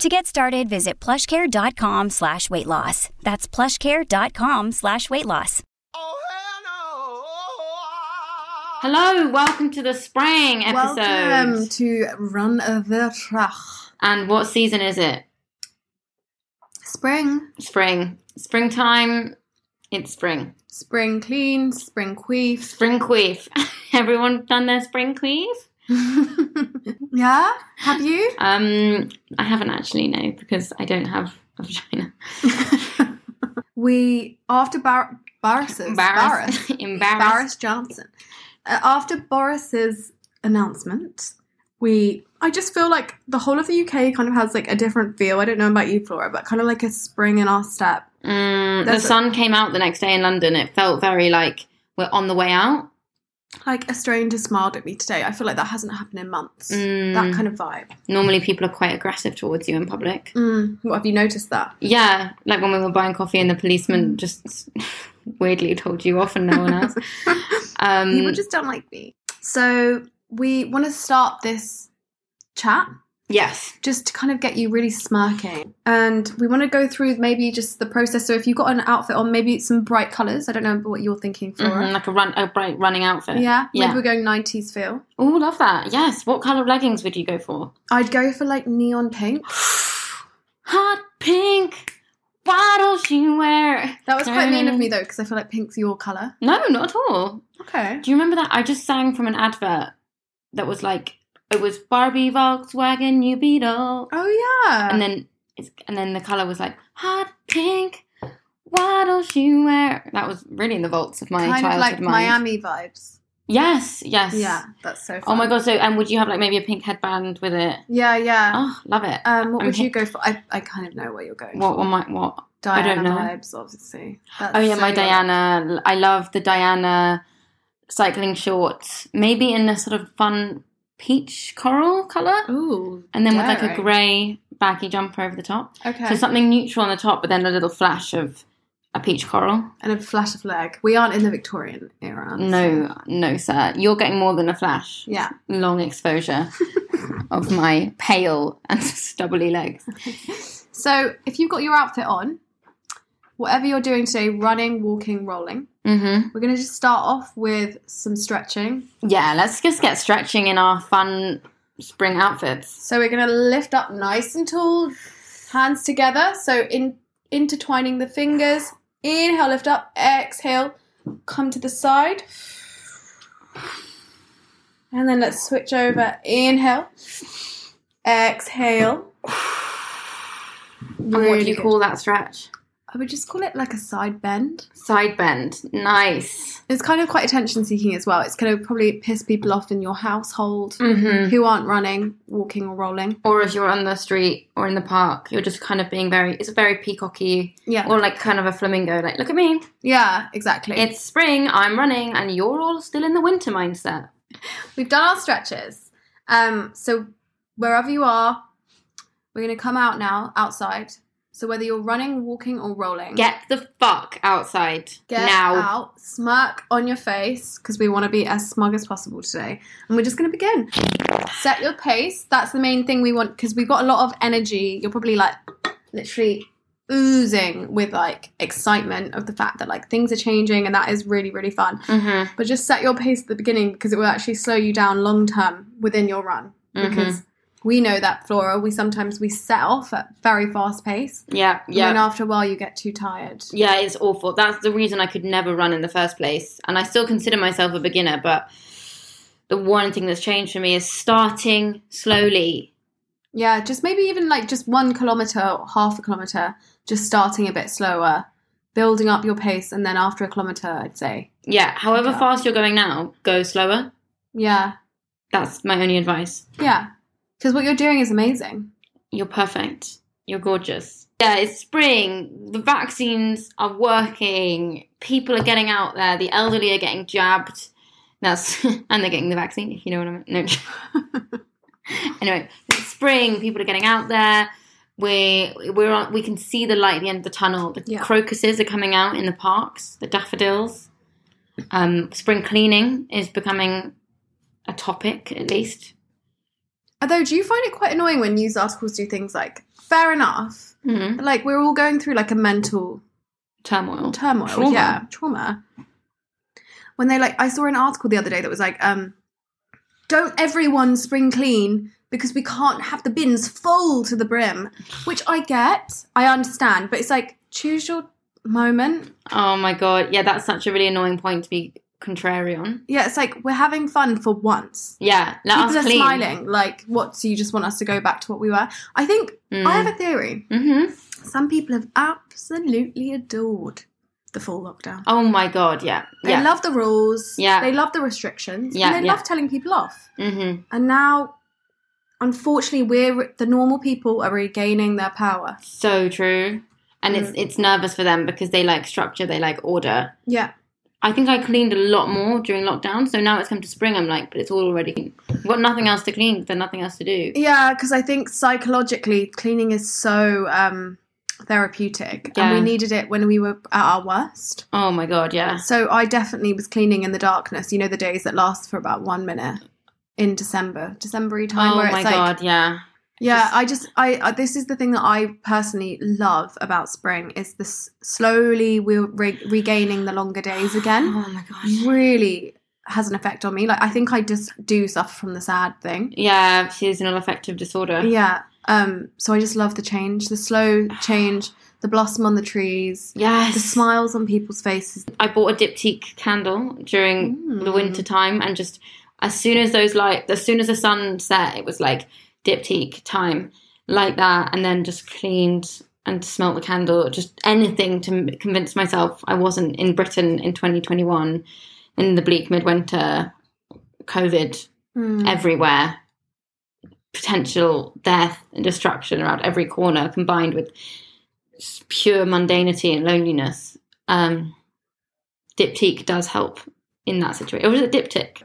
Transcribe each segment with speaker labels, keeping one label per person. Speaker 1: To get started, visit plushcare.com slash weight loss. That's plushcare.com slash weight loss.
Speaker 2: Hello, welcome to the spring episode.
Speaker 3: Welcome to Run Over Trach.
Speaker 2: And what season is it?
Speaker 3: Spring.
Speaker 2: Spring. Springtime. It's spring.
Speaker 3: Spring clean, spring queef.
Speaker 2: Spring queef. Everyone done their spring queef?
Speaker 3: yeah? Have you?
Speaker 2: Um, I haven't actually, no, because I don't have a vagina.
Speaker 3: we, after Bar- Boris's, Boris,
Speaker 2: Embarrassed. Embarrassed.
Speaker 3: Boris Johnson, uh, after Boris's announcement, we, I just feel like the whole of the UK kind of has like a different feel. I don't know about you, Flora, but kind of like a spring in our step.
Speaker 2: Mm, the
Speaker 3: That's-
Speaker 2: sun came out the next day in London. It felt very like we're on the way out.
Speaker 3: Like a stranger smiled at me today. I feel like that hasn't happened in months.
Speaker 2: Mm.
Speaker 3: That kind of vibe.
Speaker 2: Normally, people are quite aggressive towards you in public.
Speaker 3: Mm. What have you noticed that?
Speaker 2: Yeah, like when we were buying coffee and the
Speaker 3: Mm.
Speaker 2: policeman just weirdly told you off and no one else. Um,
Speaker 3: People just don't like me. So we want to start this chat
Speaker 2: yes,
Speaker 3: just to kind of get you really smirking. And we want to go through maybe just the process. So if you've got an outfit on, maybe some bright colours. I don't know what you're thinking,
Speaker 2: Mhm,
Speaker 3: Flora.
Speaker 2: like a run, a bright running outfit.
Speaker 3: Yeah, maybe
Speaker 2: yeah.
Speaker 3: we're going 90s feel.
Speaker 2: Oh, love that. Yes. What color leggings would you go for?
Speaker 3: I'd go for like neon pink.
Speaker 2: Hot pink. Why don't you wear?
Speaker 3: That was quite mean of me though, because I feel like pink's your colour.
Speaker 2: No, not at all.
Speaker 3: Okay.
Speaker 2: Do you remember that? I just sang from an advert that was like it was Barbie Volkswagen New Beetle,
Speaker 3: Oh yeah.
Speaker 2: and then it's, and then the color was like hot pink. Why don't you wear? That was really in the vaults of my
Speaker 3: kind
Speaker 2: childhood
Speaker 3: of like
Speaker 2: mind.
Speaker 3: Miami vibes.
Speaker 2: Yes. Yes.
Speaker 3: Yeah, that's so. Fun.
Speaker 2: Oh my god. So and would you have like maybe a pink headband with it?
Speaker 3: Yeah, yeah.
Speaker 2: Oh, love it.
Speaker 3: Um, what
Speaker 2: I'm
Speaker 3: would you
Speaker 2: hip.
Speaker 3: go for? I, I kind of know where you're going.
Speaker 2: What?
Speaker 3: for.
Speaker 2: What? Might, what?
Speaker 3: Diana
Speaker 2: don't know.
Speaker 3: vibes, obviously. That's
Speaker 2: Oh yeah,
Speaker 3: so
Speaker 2: my
Speaker 3: your-
Speaker 2: Diana. I love the Diana cycling shorts, maybe in a sort of fun peach coral color,
Speaker 3: Ooh,
Speaker 2: and then with like a
Speaker 3: daring.
Speaker 2: grey baggy jumper over the top.
Speaker 3: Okay,
Speaker 2: So something neutral on the top, but then a little flash of a peach coral.
Speaker 3: and a flash of leg. We aren't in the Victorian era. so-
Speaker 2: No, no, sir. You're getting more than a flash.
Speaker 3: Yeah.
Speaker 2: Long exposure of my pale and stubbly legs.
Speaker 3: So if you've got your outfit on, whatever you're doing today, running, walking, rolling,
Speaker 2: Mm-hmm.
Speaker 3: we're gonna just start off with some stretching.
Speaker 2: Yeah, let's just get stretching in our fun spring outfits.
Speaker 3: So we're gonna lift up nice and tall, hands together. So in intertwining the fingers. Inhale, lift up. Exhale, come to the side. And then let's switch over. Inhale, exhale.
Speaker 2: And what do
Speaker 3: Really
Speaker 2: you
Speaker 3: good.
Speaker 2: call that stretch?
Speaker 3: I would just call it like a side bend.
Speaker 2: Side bend. Nice.
Speaker 3: It's kind of quite attention seeking as well. It's going to probably piss people off in your household
Speaker 2: Mm-hmm.
Speaker 3: who aren't running, walking, or rolling.
Speaker 2: Or if you're on the street or in the park, you're just kind of being very, it's very peacocky
Speaker 3: Yeah.
Speaker 2: or like kind of a flamingo, like, look at me,
Speaker 3: yeah, exactly.
Speaker 2: it's spring, I'm running, and you're all still in the winter mindset.
Speaker 3: We've done our stretches. Um, so wherever you are, we're gonna come out now outside. So whether you're running, walking, or rolling,
Speaker 2: Get the fuck outside
Speaker 3: Mm. get
Speaker 2: now.
Speaker 3: out, smirk on your face because we want to be as smug as possible today, and we're just gonna begin. Set your pace. That's the main thing we want because we've got a lot of energy. You're probably like literally oozing with like excitement of the fact that like things are changing, and that is really really fun.
Speaker 2: Mm-hmm. Mm-hmm.
Speaker 3: But just set your pace at the beginning because it will actually slow you down long term within your run. Because We know that, Flora. We sometimes we set off at very fast pace.
Speaker 2: Yeah, yeah.
Speaker 3: And then after a while, you get too tired.
Speaker 2: Yeah, it's awful. That's the reason I could never run in the first place. And I still consider myself a beginner, but the one thing that's changed for me is starting slowly.
Speaker 3: Yeah, just maybe even like just one kilometer or half a kilometer, just starting a bit slower, building up your pace, and then after a kilometer, I'd say.
Speaker 2: Yeah, however
Speaker 3: Yeah.
Speaker 2: fast you're going now, go slower.
Speaker 3: Yeah,
Speaker 2: That's my only advice.
Speaker 3: yeah. Because what you're doing is amazing.
Speaker 2: You're perfect. You're gorgeous. Yeah, it's spring. The vaccines are working. People are getting out there. The elderly are getting jabbed. That's and they're getting the vaccine, if you know what I mean. No. anyway, it's spring. People are getting out there. We we're on, we can see the light at the end of the tunnel. The
Speaker 3: Yeah.
Speaker 2: crocuses are coming out in the parks. The daffodils. Um, spring cleaning is becoming a topic, at least.
Speaker 3: Although, do you find it quite annoying when news articles do things like, fair enough,
Speaker 2: hmm
Speaker 3: like we're all going through like a mental
Speaker 2: Turmoil.
Speaker 3: Mm-hmm. turmoil,
Speaker 2: Trauma.
Speaker 3: yeah, trauma. When they like, I saw an article the other day that was like, um, don't everyone spring clean because we can't have the bins full to the brim, which I get, I understand, but it's like, choose your moment.
Speaker 2: Oh my god, yeah, that's such a really annoying point to be contrary on.
Speaker 3: Yeah, it's like we're having fun for once.
Speaker 2: Yeah, let
Speaker 3: People are
Speaker 2: us clean.
Speaker 3: smiling. Like, what? So you just want us to go back to what we were? I think
Speaker 2: Mm.
Speaker 3: I have a theory.
Speaker 2: hmm
Speaker 3: Some people have absolutely adored the full lockdown.
Speaker 2: Oh my god, yeah,
Speaker 3: They
Speaker 2: yeah.
Speaker 3: love the rules.
Speaker 2: Yeah.
Speaker 3: They love the restrictions.
Speaker 2: Yeah,
Speaker 3: And they
Speaker 2: yeah.
Speaker 3: love telling people off.
Speaker 2: hmm
Speaker 3: And now, unfortunately, we're the normal people are regaining their power.
Speaker 2: So true, and
Speaker 3: Mm.
Speaker 2: it's it's nervous for them because they like structure, they like order.
Speaker 3: Yeah.
Speaker 2: I think I cleaned a lot more during lockdown, so now it's come to spring. I'm like, but it's all already. Clean. I've got nothing else to clean. There's nothing else to do.
Speaker 3: Yeah, because I think psychologically, cleaning is so um, therapeutic.
Speaker 2: Yeah.
Speaker 3: And we needed it when we were at our worst.
Speaker 2: Oh my god, yeah.
Speaker 3: So I definitely was cleaning in the darkness, you know, the days that last for about one minute in December, December time
Speaker 2: Oh
Speaker 3: where it's
Speaker 2: my
Speaker 3: like
Speaker 2: god, yeah.
Speaker 3: Yeah,
Speaker 2: Just-
Speaker 3: I just I uh, this is the thing that I personally love about spring is this slowly we're re- regaining the longer days again.
Speaker 2: Oh my god.
Speaker 3: Really has an effect on me. Like I think I just do suffer from the sad thing.
Speaker 2: Yeah, seasonal affective disorder.
Speaker 3: Yeah. Um so I just love the change, the slow change, the blossom on the trees,
Speaker 2: Yes.
Speaker 3: the smiles on people's faces.
Speaker 2: I bought a diptyque candle during the
Speaker 3: Mm.
Speaker 2: winter time, and just as soon as those light, as soon as the sun set, it was like diptyque time, like that, and then just cleaned and smelt the candle, just anything to m- convince myself I wasn't in Britain in 2021 in the bleak midwinter, COVID Hmm.
Speaker 3: Mm.
Speaker 2: everywhere, potential death and destruction around every corner, combined with s- pure mundanity and loneliness. Um, diptyque does help in that situation. Or was it diptych?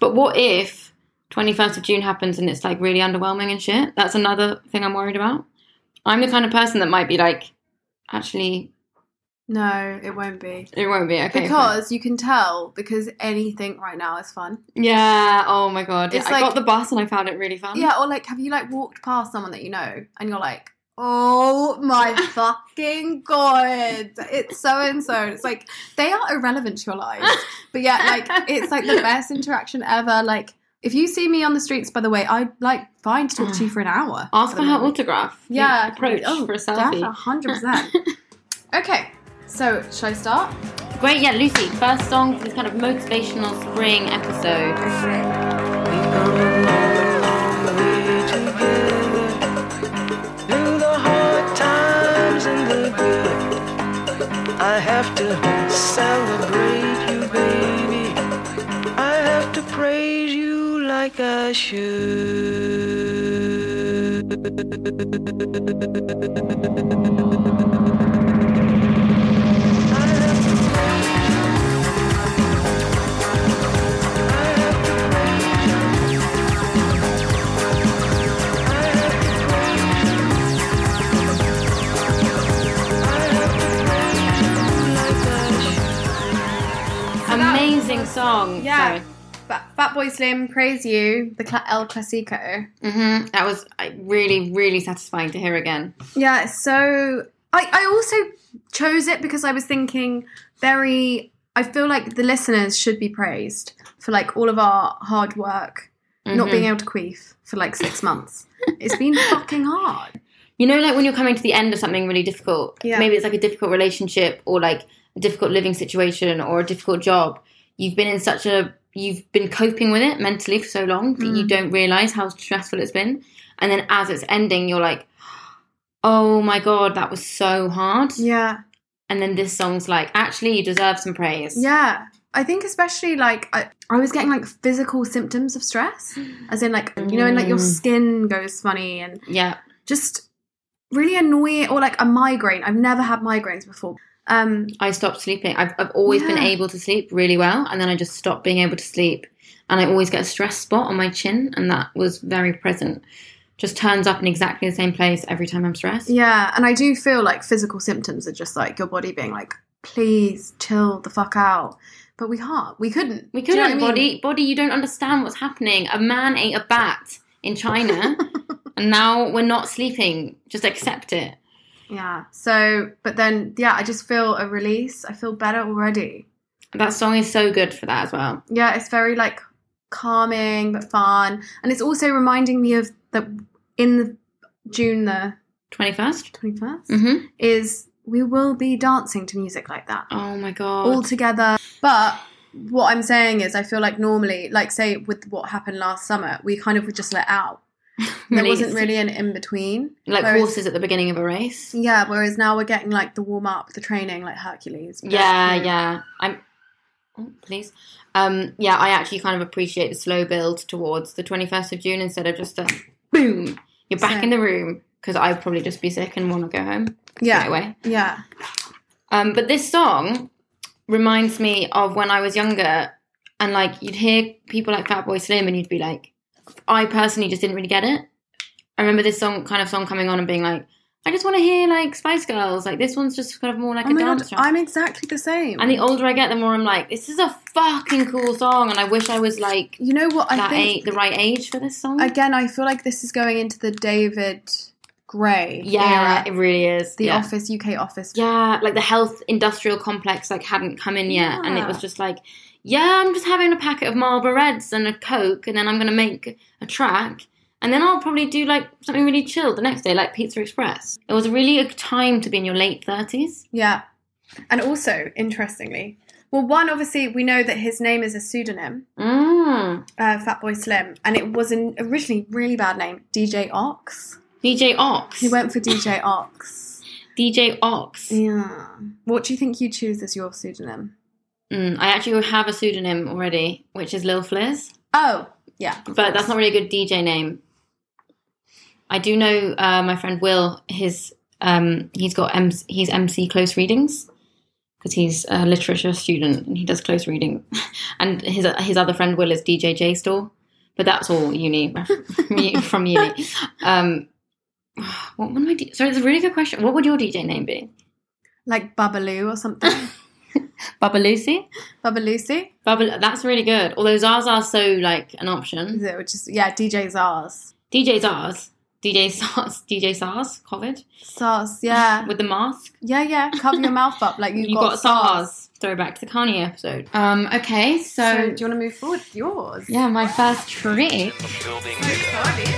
Speaker 2: But what if 21st of June happens and it's like really underwhelming and shit? That's another thing I'm worried about. I'm the kind of person that might be like, actually,
Speaker 3: No, it won't be.
Speaker 2: it won't be okay.
Speaker 3: Because you can tell because anything right now is fun.
Speaker 2: yeah, oh my god,
Speaker 3: It's
Speaker 2: I
Speaker 3: like-
Speaker 2: got the bus and I found it really fun.
Speaker 3: Yeah, or like, have you like walked past someone that you know and you're like, oh my fucking god, it's so and so. It's like they are irrelevant to your life, but yeah, like it's like the best interaction ever. Like if you see me on the streets, by the way, I'd like fine to talk to you for an hour.
Speaker 2: Ask for
Speaker 3: the
Speaker 2: her
Speaker 3: moment.
Speaker 2: autograph.
Speaker 3: Yeah,
Speaker 2: approach
Speaker 3: oh,
Speaker 2: for a selfie.
Speaker 3: hundred percent. Okay, so should I start?
Speaker 2: Great, yeah, Lucy. First song for this kind of motivational spring episode.
Speaker 4: I have to celebrate you, baby. I have to praise you like I should. I have to praise you. I have to praise you. I have to praise you. I have to praise you like I should.
Speaker 2: Amazing song.
Speaker 3: Yeah. But Fat Boy Slim, praise you, the Cla- El Clasico.
Speaker 2: hmm That was uh, really, really satisfying to hear again.
Speaker 3: Yeah, so I, I also chose it because I was thinking very I feel like the listeners should be praised for like all of our hard work not being able to queef for like six months. It's been fucking hard.
Speaker 2: You know, like when you're coming to the end of something really difficult,
Speaker 3: Yeah.
Speaker 2: maybe it's like a difficult relationship or like a difficult living situation or a difficult job. You've been in such a, you've been coping with it mentally for so long that
Speaker 3: Mm.
Speaker 2: you don't realize how stressful it's been. And then as it's ending, you're like, oh my God, that was so hard.
Speaker 3: Yeah.
Speaker 2: And then this song's like, actually, you deserve some praise.
Speaker 3: Yeah. I think especially like I, I was getting like physical symptoms of stress. As in like you know, and like your
Speaker 2: Mm.
Speaker 3: skin goes funny and
Speaker 2: Yeah.
Speaker 3: just really annoying or like a migraine. I've never had migraines before. Um
Speaker 2: I stopped sleeping. I've, I've always been
Speaker 3: Yeah.
Speaker 2: able to sleep really well, and then I just stopped being able to sleep. And I always get a stress spot on my chin, and that was very present. Just turns up in exactly the same place every time I'm stressed.
Speaker 3: yeah, and I do feel like physical symptoms are just like your body being like, please chill the fuck out. But we can't. We couldn't.
Speaker 2: We
Speaker 3: Do you know
Speaker 2: couldn't
Speaker 3: what I
Speaker 2: body
Speaker 3: mean?
Speaker 2: body. You don't understand what's happening. A man ate a bat in China, and now we're not sleeping. Just accept it.
Speaker 3: Yeah. So but then yeah, I just feel a release. I feel better already.
Speaker 2: That song is so good for that as well.
Speaker 3: yeah, it's very like calming but fun, and it's also reminding me of the in the June the
Speaker 2: Twenty first.
Speaker 3: twenty first
Speaker 2: Mm-hmm.
Speaker 3: is we will be dancing to music like that
Speaker 2: Oh my god.
Speaker 3: all together. But what I'm saying is, I feel like normally, like say with what happened last summer, we kind of were just let out. There wasn't
Speaker 2: Release.
Speaker 3: really an in between.
Speaker 2: like
Speaker 3: whereas-
Speaker 2: horses at the beginning of a race.
Speaker 3: Yeah, whereas now we're getting like the warm up, the training, like Hercules.
Speaker 2: Yeah, yeah. I'm. Oh, please. Um, yeah, I actually kind of appreciate the slow build towards the 21st of June instead of just a boom, you're back
Speaker 3: Same.
Speaker 2: in the room because I'd probably just be sick and want to go home
Speaker 3: Yeah.
Speaker 2: right away.
Speaker 3: Yeah.
Speaker 2: Um, but this song reminds me of when I was younger and like you'd hear people like Fatboy Slim and you'd be like, I personally just didn't really get it. I remember this song kind of song coming on and being like, I just want to hear like Spice Girls. Like this one's just kind of more like
Speaker 3: Oh
Speaker 2: a
Speaker 3: my
Speaker 2: dance
Speaker 3: god,
Speaker 2: track.
Speaker 3: I'm exactly the same.
Speaker 2: And the older I get, the more I'm like, this is a fucking cool song, and I wish I was like
Speaker 3: you know what? I
Speaker 2: that
Speaker 3: think
Speaker 2: age, the right age for this song.
Speaker 3: again, I feel like this is going into the David Gray
Speaker 2: yeah,
Speaker 3: era,
Speaker 2: it really is.
Speaker 3: the
Speaker 2: yeah.
Speaker 3: Office UK Office.
Speaker 2: Yeah, like the health industrial complex like hadn't come in yet, and it
Speaker 3: Yeah.
Speaker 2: was just like, yeah, I'm just having a packet of Marlboro Reds and a Coke, and then I'm gonna make a track, and then I'll probably do like something really chill the next day, like Pizza Express. It was really a time to be in your late thirties.
Speaker 3: Yeah. and also interestingly, well, one obviously we know that his name is a pseudonym,
Speaker 2: Mm.
Speaker 3: uh, Fatboy Slim, and it was an originally really bad name, DJ Ox.
Speaker 2: DJ Ox.
Speaker 3: He went for DJ Ox.
Speaker 2: DJ Ox.
Speaker 3: Yeah. What do you think you choose as your pseudonym?
Speaker 2: Mm, I actually have a pseudonym already, which is Lil Fliz,
Speaker 3: Oh, yeah.
Speaker 2: but that's not really a good DJ name. I do know uh, my friend Will. His um, he's got M- he's MC close readings because he's a literature student and he does close reading. And his his other friend Will is DJ J Store, but that's all uni from uni. Um, what would my D- sorry? It's a really good question. What would your DJ name be?
Speaker 3: Like Babaloo or something.
Speaker 2: Baba Lucy.
Speaker 3: Babalucy?
Speaker 2: Baba. That's really good. Although Zaza's so like an option.
Speaker 3: Is it? Which is, yeah, DJ Zars.
Speaker 2: DJ Sars, DJ Sars, DJ Sars, COVID,
Speaker 3: Sars, yeah.
Speaker 2: with the mask.
Speaker 3: Yeah, yeah. Cover your mouth up like you've
Speaker 2: You
Speaker 3: got,
Speaker 2: got,
Speaker 3: SARS.
Speaker 2: SARS. Throwback to the Kanye episode. Um. Okay. So,
Speaker 3: So, do you want to move forward with yours?
Speaker 2: yeah, my first trick.
Speaker 4: Already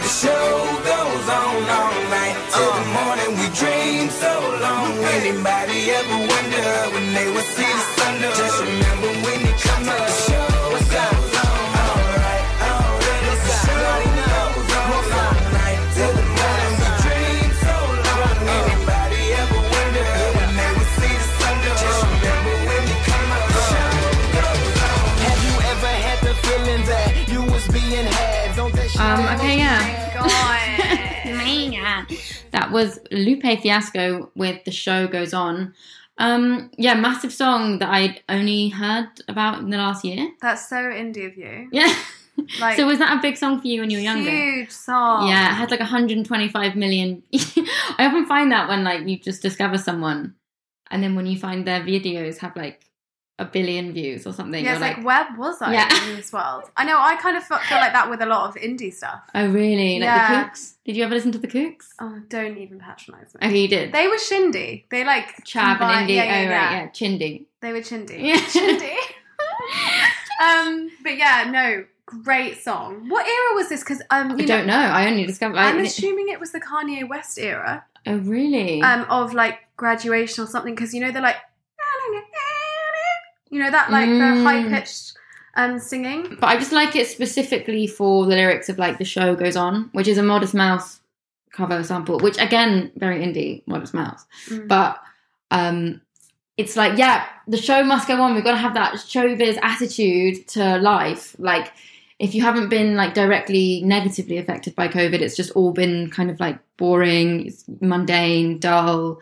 Speaker 4: the show goes on all night. Till the morning we dream so long. Anybody ever wonder when they would see the sun? Just remember when you come up, the show goes on. Alright, already the show goes on all night. Till the morning we dream so long. Anybody ever wonder when they would see the sun? Just remember when you come up, the show goes on. Have you ever had the feeling that you was being had? Don't that shit
Speaker 2: Um. Okay. Yeah.
Speaker 3: God.
Speaker 2: Mega. That was Lupe Fiasco with the show goes on. Um. Yeah. Massive song that I only heard about in the last year.
Speaker 3: That's so indie of you.
Speaker 2: Yeah.
Speaker 3: Like,
Speaker 2: so was that a big song for you when you were younger?
Speaker 3: huge song.
Speaker 2: Yeah, it had like 125 million. I often find that when like you just discover someone, and then when you find their videos have like a billion views or something,
Speaker 3: Yeah,
Speaker 2: you're
Speaker 3: it's like,
Speaker 2: like,
Speaker 3: where was I
Speaker 2: Yeah.
Speaker 3: in this world? I know, I kind of felt, feel like that with a lot of indie stuff.
Speaker 2: oh really? Like
Speaker 3: Yeah.
Speaker 2: the Kooks? Did you ever listen to the Kooks?
Speaker 3: Oh, don't even patronize me.
Speaker 2: Okay, you did.
Speaker 3: Oh. They were shindy. They like
Speaker 2: Chav and
Speaker 3: combined-
Speaker 2: Indy.
Speaker 3: Yeah,
Speaker 2: oh
Speaker 3: yeah,
Speaker 2: right, yeah, Chindi.
Speaker 3: They were chindy.
Speaker 2: Yeah.
Speaker 3: Shindy. Um, but yeah, no, great song. What era was this? Because um, you
Speaker 2: I don't know. I only discovered. I,
Speaker 3: I'm assuming it was the Kanye West era
Speaker 2: oh, really?
Speaker 3: um, of like graduation or something. Because you know they're like, you know that like the
Speaker 2: Mm.
Speaker 3: high pitched um singing.
Speaker 2: but I just like it specifically for the lyrics of like the show goes on, which is a Modest Mouse cover sample, which again very indie Modest Mouse,
Speaker 3: Mm.
Speaker 2: but um, it's like yeah, the show must go on. We've got to have that showbiz attitude to life. Like if you haven't been like directly negatively affected by COVID, it's just all been kind of like boring, it's mundane, dull.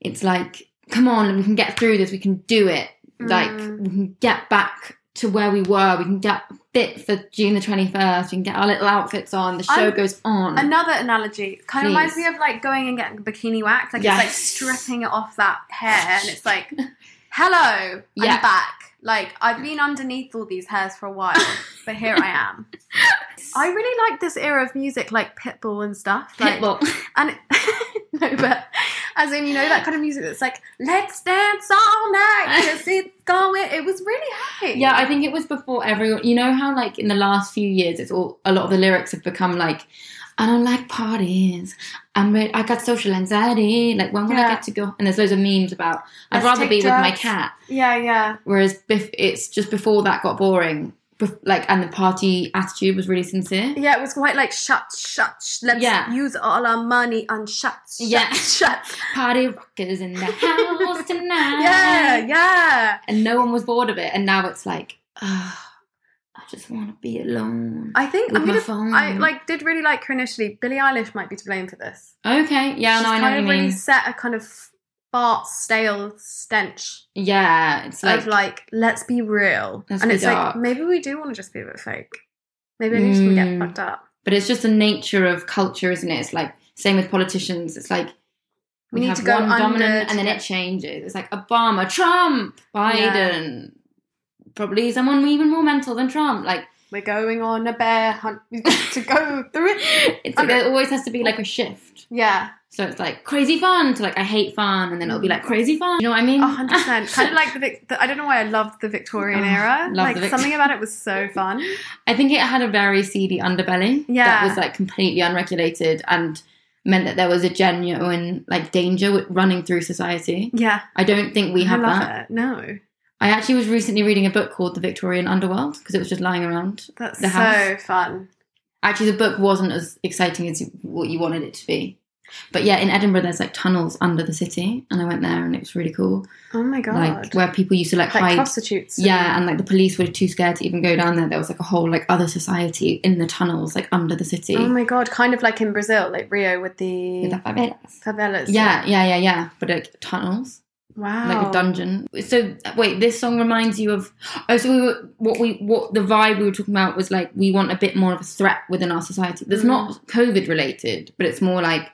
Speaker 2: It's like come on, we can get through this. We can do it. Like
Speaker 3: Mm.
Speaker 2: we can get back to where we were. We can get fit for June the twenty first. We can get our little outfits on. The show
Speaker 3: I'm-
Speaker 2: goes on.
Speaker 3: Another analogy kind of reminds me
Speaker 2: Please.
Speaker 3: of like going and getting bikini wax. Like
Speaker 2: Yes.
Speaker 3: it's like stripping it off that hair, and it's like, hello, I'm
Speaker 2: Yeah.
Speaker 3: back. Like I've been underneath all these hairs for a while, but here I am. I really like this era of music, like Pitbull and stuff. Like,
Speaker 2: Pitbull.
Speaker 3: and no, but as in you know that kind of music that's like let's dance all night 'cause it's going. It was really happy.
Speaker 2: Yeah, I think it was before everyone. You know how like in the last few years, it's all a lot of the lyrics have become like, I don't like parties. I'm re- I got social anxiety. Like when will
Speaker 3: Yeah.
Speaker 2: I get to go? And there's loads of memes about I'd
Speaker 3: Let's
Speaker 2: rather
Speaker 3: take
Speaker 2: be with my
Speaker 3: drugs.
Speaker 2: cat.
Speaker 3: yeah, yeah.
Speaker 2: Whereas bef- it's just before that got boring. Bef- like and the party attitude was really sincere.
Speaker 3: Yeah, it was quite like shut, shut. sh- Let's
Speaker 2: Yeah.
Speaker 3: use all our money and shut, shut,
Speaker 2: Yeah.
Speaker 3: shut.
Speaker 2: Party rockers in the house tonight.
Speaker 3: Yeah, yeah.
Speaker 2: And no one was bored of it. And now it's like, ah, I just want to be alone.
Speaker 3: I think
Speaker 2: With
Speaker 3: I'm
Speaker 2: my
Speaker 3: gonna.
Speaker 2: phone.
Speaker 3: I like did really like her initially. Billie Eilish might be to blame for this.
Speaker 2: okay, yeah,
Speaker 3: She's
Speaker 2: no, I know
Speaker 3: kind
Speaker 2: what you
Speaker 3: of
Speaker 2: mean.
Speaker 3: really set a kind of fart, stale stench
Speaker 2: Yeah, it's like
Speaker 3: of like let's be real,
Speaker 2: Let's
Speaker 3: and
Speaker 2: be
Speaker 3: it's
Speaker 2: dark.
Speaker 3: like maybe we do want to just be a bit fake. Maybe I do just want to get
Speaker 2: Mm.
Speaker 3: fucked up.
Speaker 2: but it's just the nature of culture, isn't it? It's like same with politicians. It's like
Speaker 3: We need to go under
Speaker 2: and then
Speaker 3: to-
Speaker 2: it changes. It's like Obama, Trump, Biden, probably someone even more mental than Trump. Like
Speaker 3: We're going on a bear hunt. We've got to go through it.
Speaker 2: it's like
Speaker 3: Under-
Speaker 2: there always has to be like a shift.
Speaker 3: Yeah,
Speaker 2: So it's like crazy fun to like I hate fun, and then it'll be like crazy fun. You know what I mean?
Speaker 3: a hundred percent. Kind of like the, Vic- the. I don't know why I loved the Victorian
Speaker 2: Oh,
Speaker 3: era.
Speaker 2: love
Speaker 3: Like
Speaker 2: the Vic-
Speaker 3: something about it was so fun.
Speaker 2: I think it had a very seedy underbelly
Speaker 3: Yeah.
Speaker 2: that was like completely unregulated and meant that there was a genuine like danger w- running through society.
Speaker 3: Yeah,
Speaker 2: I don't think we
Speaker 3: I
Speaker 2: have
Speaker 3: love
Speaker 2: that.
Speaker 3: it. No,
Speaker 2: I actually was recently reading a book called The Victorian Underworld because it was just lying around.
Speaker 3: that's
Speaker 2: The
Speaker 3: so
Speaker 2: house.
Speaker 3: fun.
Speaker 2: Actually, the book wasn't as exciting as you, what you wanted it to be. But yeah, in Edinburgh, there's like tunnels under the city, and I went there and it was really cool.
Speaker 3: Oh my god,
Speaker 2: Like
Speaker 3: like,
Speaker 2: where people used to like, hide.
Speaker 3: prostitutes. and-
Speaker 2: yeah, and like the police were too scared to even go down there. There was like a whole like other society in the tunnels, like under the city.
Speaker 3: Oh my god, kind of like in Brazil, like Rio with
Speaker 2: With the
Speaker 3: the
Speaker 2: favelas.
Speaker 3: favelas.
Speaker 2: Um, Yeah, yeah, yeah, yeah. But like tunnels.
Speaker 3: Wow.
Speaker 2: like a dungeon. So wait, this song reminds you of oh, so we were, what we what the vibe we were talking about was like we want a bit more of a threat within our society. That's
Speaker 3: Mm.
Speaker 2: not COVID related, but it's more like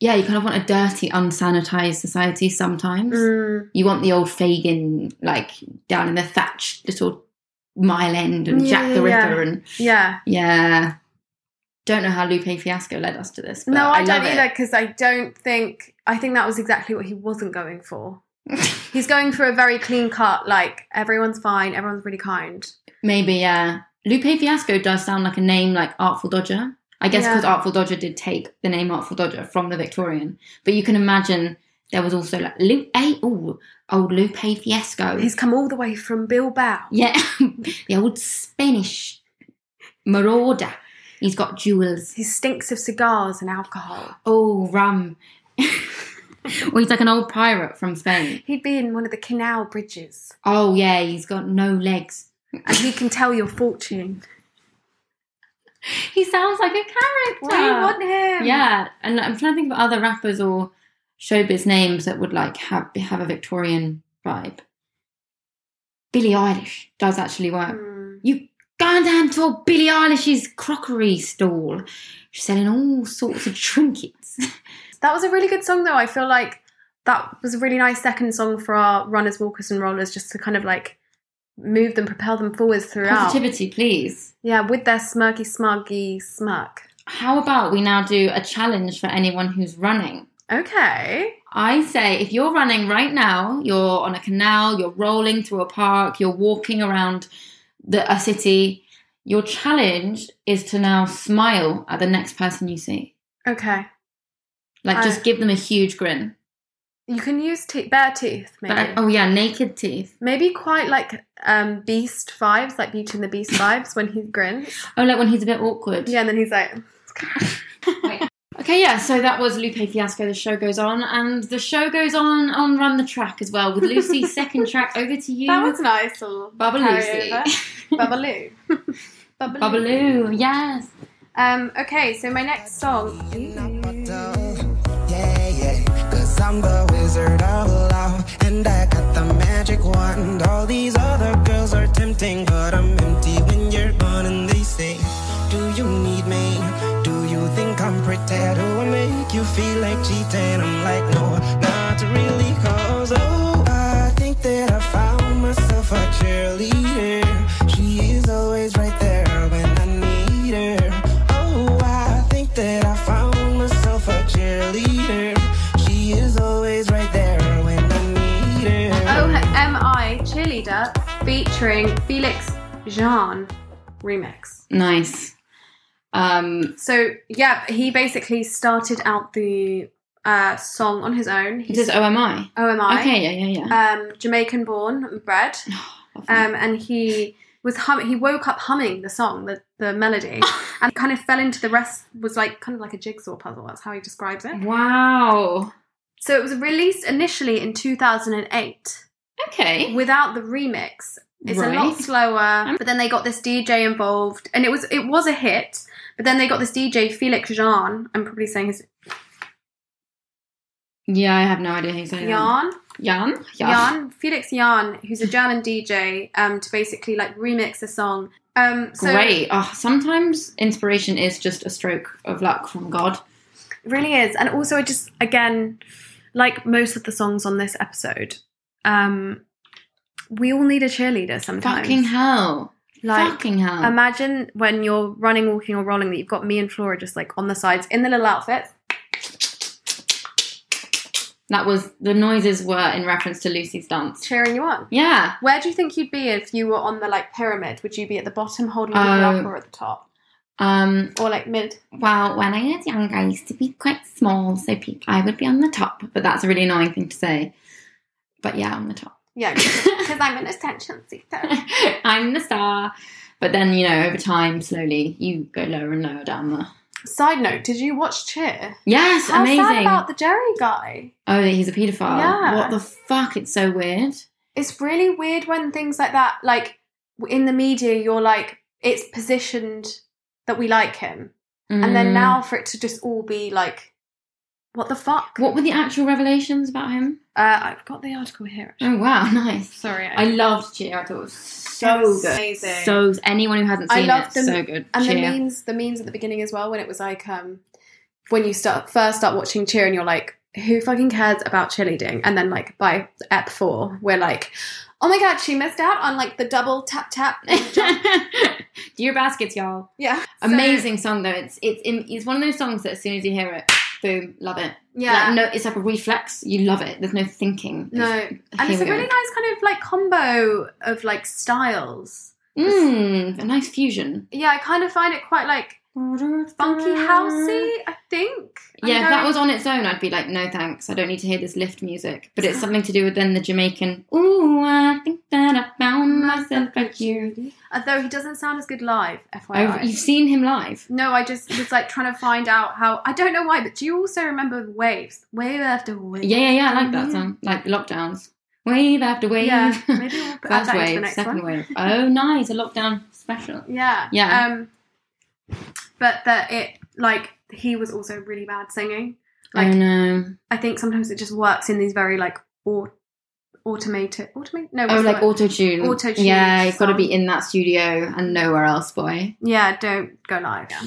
Speaker 2: yeah, you kind of want a dirty, unsanitized society. Sometimes
Speaker 3: Mm,
Speaker 2: you want the old Fagin like down in the thatched little Mile End and
Speaker 3: Yeah,
Speaker 2: Jack the
Speaker 3: yeah,
Speaker 2: Ripper and
Speaker 3: yeah.
Speaker 2: yeah. Don't know how Lupe Fiasco led us to this. But
Speaker 3: No, I, don't
Speaker 2: love it.
Speaker 3: either because I don't think I think that was exactly what he wasn't going for. He's going for a very clean cut, like everyone's fine, everyone's really kind.
Speaker 2: Maybe, yeah. Lupe Fiasco does sound like a name like Artful Dodger. I guess
Speaker 3: Yeah.
Speaker 2: because Artful Dodger did take the name Artful Dodger from the Victorian. But you can imagine there was also like Lupe, ooh, old Lupe Fiasco.
Speaker 3: He's come all the way from Bilbao.
Speaker 2: yeah, the old Spanish marauder. He's got jewels.
Speaker 3: He stinks of cigars and alcohol.
Speaker 2: Oh, rum. or he's like an old pirate from Spain.
Speaker 3: He'd be in one of the canal bridges,
Speaker 2: Oh, yeah, he's got no legs.
Speaker 3: and he can tell your fortune.
Speaker 2: He sounds like a character.
Speaker 3: We want him.
Speaker 2: Yeah, and I'm trying to think of other rappers or showbiz names that would like have have a Victorian vibe. Billie Eilish does actually work.
Speaker 3: Mm.
Speaker 2: You gone down to old Billie Eilish's crockery stall. She's selling all sorts of trinkets.
Speaker 3: That was a really good song, though. I feel like that was a really nice second song for our runners, walkers, and rollers, just to kind of like move them, propel them forwards throughout.
Speaker 2: Positivity, please.
Speaker 3: Yeah, with their smirky, smirky smirk.
Speaker 2: How about we now do a challenge for anyone who's running?
Speaker 3: Okay.
Speaker 2: I say if you're running right now, you're on a canal, you're rolling through a park, you're walking around the, a city, your challenge is to now smile at the next person you see.
Speaker 3: Okay.
Speaker 2: Like
Speaker 3: I-
Speaker 2: just give them a huge grin.
Speaker 3: You can use te- bare teeth, maybe.
Speaker 2: But, oh yeah, naked teeth.
Speaker 3: Maybe quite like um, Beast vibes, like Beauty and the Beast vibes when he grins.
Speaker 2: Oh, like when he's a bit awkward.
Speaker 3: Yeah, and then he's like,
Speaker 2: Okay, yeah, so that was Lupe Fiasco, The Show Goes On, and the show goes on on Run the Track as well, with Lucy's second track. Over to you.
Speaker 3: that was nice. little
Speaker 2: Baba Lucy.
Speaker 3: carryover." Babaloo. Babaloo.
Speaker 2: Babaloo, yes.
Speaker 3: Um, okay, so my next song. Oh,
Speaker 4: Yeah, yeah. Cause I'm the wizard of love, and I got the magic wand. All these other girls are tempting, but I'm empty when you're gone. And they say, Do you need me? Do you think I'm pretty? Do I make you feel like cheating? I'm like, No, not really. Cause oh, I think that I found myself a cheerleader. She is always right there when I need her. Oh, I think that I found myself a cheerleader. She is always right there when I need her.
Speaker 3: Oh, OMI Cheerleader featuring Felix Jean remix.
Speaker 2: Nice. Um,
Speaker 3: So, yeah, he basically started out the uh, song on his own.
Speaker 2: it
Speaker 3: He's
Speaker 2: says OMI.
Speaker 3: OMI.
Speaker 2: Okay, yeah, yeah, yeah.
Speaker 3: Um, Jamaican born and bred. Um, and he was hum- he woke up humming the song, the, the melody, and kind of fell into the rest was like kind of like a jigsaw puzzle. That's how he describes it.
Speaker 2: wow.
Speaker 3: So it was released initially in 2008
Speaker 2: Okay.
Speaker 3: without the remix. It's a lot
Speaker 2: Right.
Speaker 3: slower, but then they got this DJ involved, and it was it was a hit. But then they got this DJ Felix Jean. I'm probably saying his
Speaker 2: Yeah, I have no idea who's saying that.
Speaker 3: Jan.
Speaker 2: Jan?
Speaker 3: Jan, Felix Jan, who's a German DJ, um, to basically like remix a song. Um, so
Speaker 2: Great. Oh, sometimes inspiration is just a stroke of luck from God.
Speaker 3: it really is, and also I just again, like most of the songs on this episode, um, we all need a cheerleader sometimes.
Speaker 2: Fucking hell.
Speaker 3: Like,
Speaker 2: Fucking hell.
Speaker 3: Imagine when you're running, walking, or rolling that you've got me and Flora just like on the sides in the little outfits.
Speaker 2: that was the noises were in reference to Lucy's dance.
Speaker 3: cheering you on.
Speaker 2: Yeah.
Speaker 3: Where do you think you'd be if you were on the like pyramid? Would you be at the bottom holding the
Speaker 2: Oh.
Speaker 3: block or at the top?
Speaker 2: Um,
Speaker 3: Or like mid?
Speaker 2: Well, when I was young, I used to be quite small, so pe- I would be on the top. But that's a really annoying thing to say. But yeah, on the top.
Speaker 3: Yeah, because I'm an attention seeker.
Speaker 2: I'm the star. But then, you know, over time, slowly, you go lower and lower down the.
Speaker 3: Side note, did you watch Cheer?
Speaker 2: Yes,
Speaker 3: How
Speaker 2: amazing.
Speaker 3: sad about the Jerry guy.
Speaker 2: oh, he's a paedophile.
Speaker 3: Yeah.
Speaker 2: What the fuck? It's so weird.
Speaker 3: It's really weird when things like that, like w- in the media, you're like, it's positioned that we like him. And then
Speaker 2: Mm.
Speaker 3: now for it to just all be like, what the fuck?
Speaker 2: What were the actual revelations about him?
Speaker 3: Uh, I've got the article here. actually.
Speaker 2: Oh, wow, nice.
Speaker 3: Sorry.
Speaker 2: I loved Cheer. I thought it was so
Speaker 3: It was
Speaker 2: good.
Speaker 3: amazing.
Speaker 2: So anyone who hasn't
Speaker 3: I
Speaker 2: seen
Speaker 3: loved
Speaker 2: it,
Speaker 3: the-
Speaker 2: so good.
Speaker 3: And the
Speaker 2: Cheer.
Speaker 3: memes, the memes at the beginning as well, when it was like, um, when you start first start watching cheer and you're like, who fucking cares about cheerleading? And then like by ep four, we're like, oh my god, she missed out on like the double tap tap. jump."
Speaker 2: Do your baskets, y'all.
Speaker 3: yeah, So-
Speaker 2: Amazing song though. It's it's in, it's one of those songs that as soon as you hear it, boom, love it.
Speaker 3: yeah,
Speaker 2: Like, no, it's like a reflex. You love it. There's no thinking.
Speaker 3: no, and it's a really nice kind of like combo of like styles.
Speaker 2: mmm, a nice fusion.
Speaker 3: Yeah, I kind of find it quite like funky housey. I think.
Speaker 2: Mm.
Speaker 3: I'm
Speaker 2: Yeah, if that
Speaker 3: going-
Speaker 2: was on its own, I'd be like, no thanks. I don't need to hear this lift music. But it's something to do with then the Jamaican. Ooh, I think that I found myself a cutie.
Speaker 3: Although he doesn't sound as good live, FYI.
Speaker 2: Oh, You've seen him live.
Speaker 3: No, I just was like trying to find out how. I don't know why, but do you also remember waves? Wave after wave.
Speaker 2: Yeah, yeah, yeah. I like that song. Like lockdowns. Wave after wave.
Speaker 3: Yeah, maybe we'll put-
Speaker 2: First
Speaker 3: add that into the
Speaker 2: wave,
Speaker 3: next
Speaker 2: second
Speaker 3: one.
Speaker 2: wave. Oh, nice. A lockdown special.
Speaker 3: Yeah.
Speaker 2: Yeah.
Speaker 3: Um, but that it like he was also really bad singing. Like
Speaker 2: oh no.
Speaker 3: I think sometimes it just works in these very like au- automated automated no
Speaker 2: Oh,
Speaker 3: what's the
Speaker 2: like
Speaker 3: word?
Speaker 2: auto tune.
Speaker 3: Auto-tune
Speaker 2: Yeah, you've got to
Speaker 3: song.
Speaker 2: be in that studio and nowhere else, boy.
Speaker 3: yeah don't go live yeah.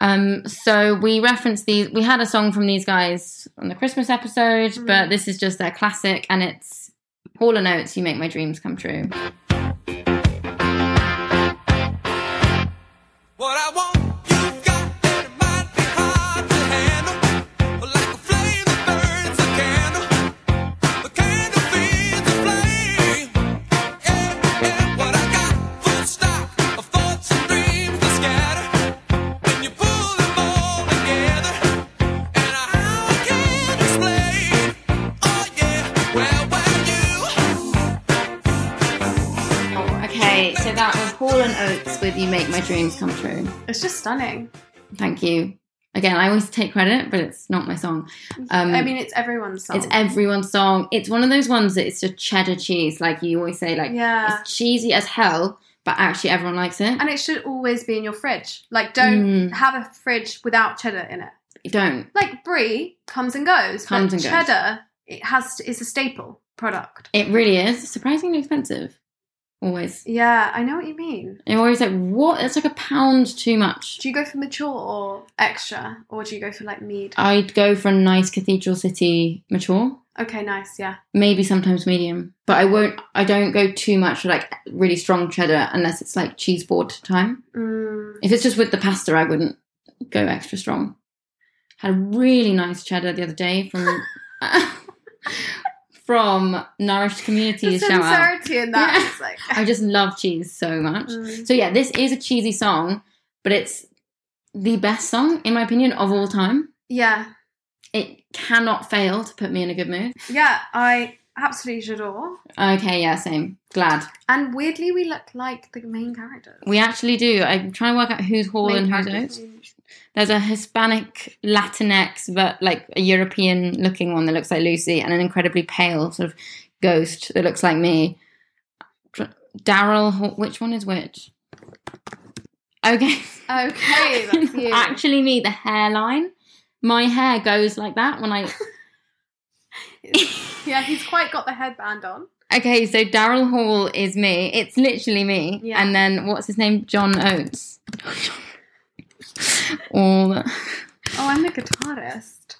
Speaker 2: Um, so we referenced these. We had a song from these guys on the Christmas episode,
Speaker 3: Mm.
Speaker 2: but this is just their classic, and it's Hall and Oates. You make my dreams come true.
Speaker 4: What I want, you've got, and it might be hard to handle. Like a flame that burns a Oh,
Speaker 2: Helen Oates with You Make My Dreams Come True.
Speaker 3: It's just stunning.
Speaker 2: Thank you. Again, I always take credit, but it's not my song. Um,
Speaker 3: I mean, it's everyone's song.
Speaker 2: It's everyone's song. It's one of those ones that it's just cheddar cheese, like you always say, like
Speaker 3: Yeah.
Speaker 2: it's cheesy as hell, but actually everyone likes it.
Speaker 3: and it should always be in your fridge. Like,
Speaker 2: Mm.
Speaker 3: don't have a fridge without cheddar in it.
Speaker 2: You don't.
Speaker 3: Like brie comes and goes,
Speaker 2: Comes and goes.
Speaker 3: but cheddar it has to, it's a staple product.
Speaker 2: It really is surprisingly expensive. Always.
Speaker 3: Yeah, I know what you mean.
Speaker 2: I'm always like, what? That's like a pound too much.
Speaker 3: Do you go for mature or extra, or do you go for like mead?
Speaker 2: I'd go for a nice Cathedral City mature,
Speaker 3: okay, nice. Yeah,
Speaker 2: maybe sometimes medium, but I won't. I don't go too much for like really strong cheddar unless it's like cheese board time.
Speaker 3: mm,
Speaker 2: If it's just with the pasta, I wouldn't go extra strong. Had a really nice cheddar the other day from from Nourished
Speaker 3: the
Speaker 2: Communities. Shout out.
Speaker 3: sincerity in that.
Speaker 2: Yeah.
Speaker 3: It's like,
Speaker 2: I just love cheese so much.
Speaker 3: Mm.
Speaker 2: So yeah, this is a cheesy song, but it's the best song in my opinion of all time.
Speaker 3: yeah,
Speaker 2: It cannot fail to put me in a good mood.
Speaker 3: yeah. I absolutely adore.
Speaker 2: Okay, yeah, same. Glad.
Speaker 3: And weirdly, we look like the main characters.
Speaker 2: We actually do. I'm trying to work out who's Hall
Speaker 3: Main
Speaker 2: and who's
Speaker 3: characters.
Speaker 2: Oates. There's a Hispanic Latinx, but like a European looking one that looks like Lucy, and an incredibly pale sort of ghost that looks like me. Dr- Daryl, Hall- which one is which? Okay.
Speaker 3: Okay, that's you.
Speaker 2: actually me, the hairline. My hair goes like that when I.
Speaker 3: yeah, he's quite got the headband on.
Speaker 2: Okay, so Daryl Hall is me. It's literally me.
Speaker 3: Yeah.
Speaker 2: And then what's his name? John Oates. All the-
Speaker 3: Oh, I'm the guitarist.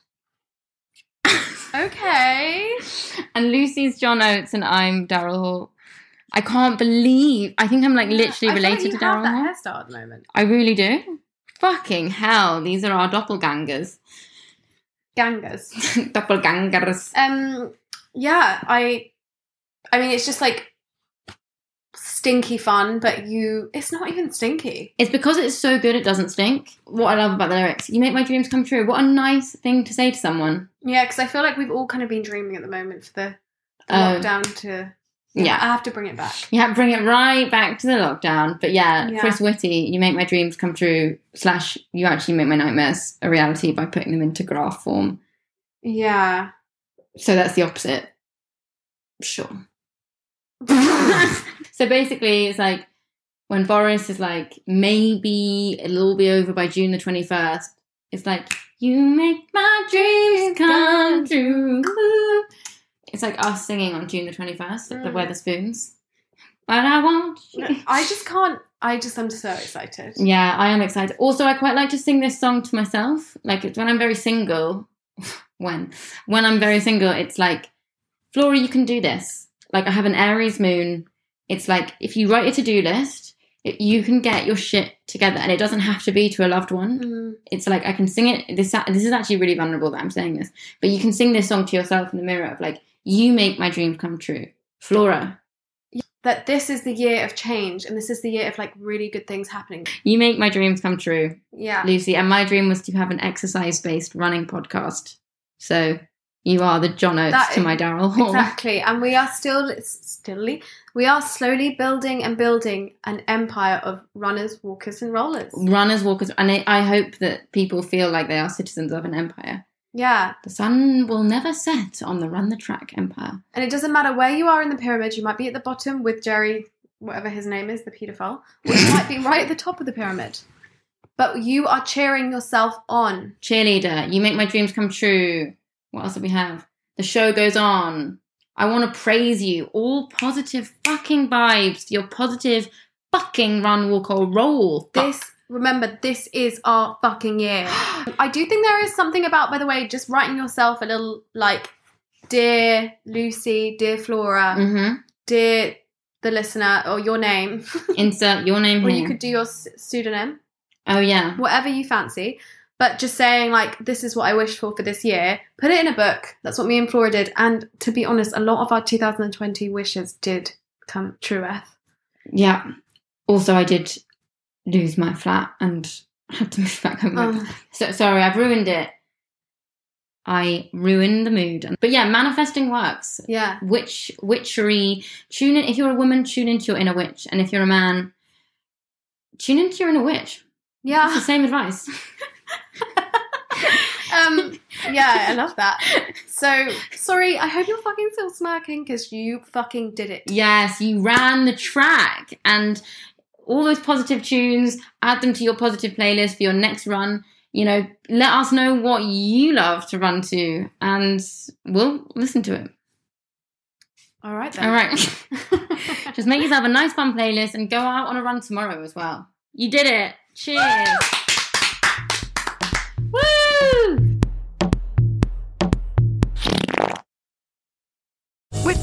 Speaker 3: okay.
Speaker 2: and Lucy's John Oates, and I'm Daryl Hall. I can't believe. I think I'm like literally
Speaker 3: I feel like
Speaker 2: related
Speaker 3: you
Speaker 2: to
Speaker 3: have
Speaker 2: Daryl Hall.
Speaker 3: that hairstyle at the moment.
Speaker 2: I really do. Fucking hell, these are our doppelgangers.
Speaker 3: Gangers.
Speaker 2: doppelgangers.
Speaker 3: Um. Yeah. I. I mean, it's just like stinky fun, but you. It's not even stinky.
Speaker 2: It's because it's so good it doesn't stink. What I love about the lyrics, you make my dreams come true. What a nice thing to say to someone.
Speaker 3: Yeah, because I feel like we've all kind of been dreaming at the moment for the, the
Speaker 2: Oh.
Speaker 3: lockdown to. I
Speaker 2: Yeah.
Speaker 3: have to bring it back.
Speaker 2: Yeah, bring it right back to the lockdown. But yeah,
Speaker 3: Yeah.
Speaker 2: Chris Whitty, you make my dreams come true, slash, you actually make my nightmares a reality by putting them into graph form.
Speaker 3: Yeah.
Speaker 2: So that's the opposite. Sure.
Speaker 3: yeah.
Speaker 2: so basically, it's like when Boris is like, maybe it'll all be over by June the 21st, it's like, you make my dreams come true. It's like us singing on June the 21st at the
Speaker 3: Mm.
Speaker 2: Weatherspoons. But I want you.
Speaker 3: I just can't. I just am so excited.
Speaker 2: Yeah, I am excited. Also, I quite like to sing this song to myself. Like it's when I'm very single. when when I'm very single, it's like, Flora, you can do this. Like I have an Aries moon. It's like if you write a to do list, it, you can get your shit together, and it doesn't have to be to a loved one
Speaker 3: Mm.
Speaker 2: it's like I can sing it. This this is actually really vulnerable that I'm saying this, but you can sing this song to yourself in the mirror of like, you make my dreams come true, Flora.
Speaker 3: That this is the year of change, and this is the year of like really good things happening.
Speaker 2: You make my dreams come true,
Speaker 3: Yeah.
Speaker 2: Lucy. And my dream was to have an exercise based running podcast. So you are the John Oates
Speaker 3: That
Speaker 2: to
Speaker 3: is-
Speaker 2: my Daryl Hall.
Speaker 3: Exactly, and we are still stilly. We are slowly building and building an empire of runners, walkers, and rollers.
Speaker 2: Runners, walkers, and I, I hope that people feel like they are citizens of an empire.
Speaker 3: Yeah,
Speaker 2: The sun will never set on the run the track empire.
Speaker 3: and it doesn't matter where you are in the pyramid. You might be at the bottom with Jerry, whatever his name is, the paedophile. Or you might be right at the top of the pyramid, but you are cheering yourself on.
Speaker 2: cheerleader, you make my dreams come true. What else do we have? The show goes on. I want to praise you. All positive fucking vibes. Your positive fucking run, walk, or roll. Fuck.
Speaker 3: This, remember, this is our fucking year. I do think there is something about, by the way, just writing yourself a little like, dear Lucy, dear Flora.
Speaker 2: Mhm.
Speaker 3: dear the listener or your name
Speaker 2: Insert your name
Speaker 3: or
Speaker 2: here.
Speaker 3: you could do your s- pseudonym
Speaker 2: oh yeah.
Speaker 3: whatever you fancy but just saying like this is what i wish for for this year put it in a book that's what me and flora did and to be honest a lot of our 2020 wishes did come true Eth.
Speaker 2: Yeah. Also, I did lose my flat and had to move back home.
Speaker 3: Um,
Speaker 2: So sorry, I've ruined it. I ruined the mood. But yeah, manifesting works.
Speaker 3: yeah
Speaker 2: witch witchery. Tune in if you're a woman, tune into your inner witch, and if you're a man, Tune into your inner witch. That's the
Speaker 3: Yeah.
Speaker 2: same advice.
Speaker 3: Um, yeah, I love that. So, sorry, I hope you're fucking still smirking because you fucking did it.
Speaker 2: Yes, you ran the track and all those positive tunes, add them to your positive playlist for your next run. You know, let us know what you love to run to and we'll listen to it.
Speaker 3: All right then.
Speaker 2: All right. Just make yourself a nice fun playlist and go out on a run tomorrow as well. You did it. Cheers. Woo!
Speaker 5: With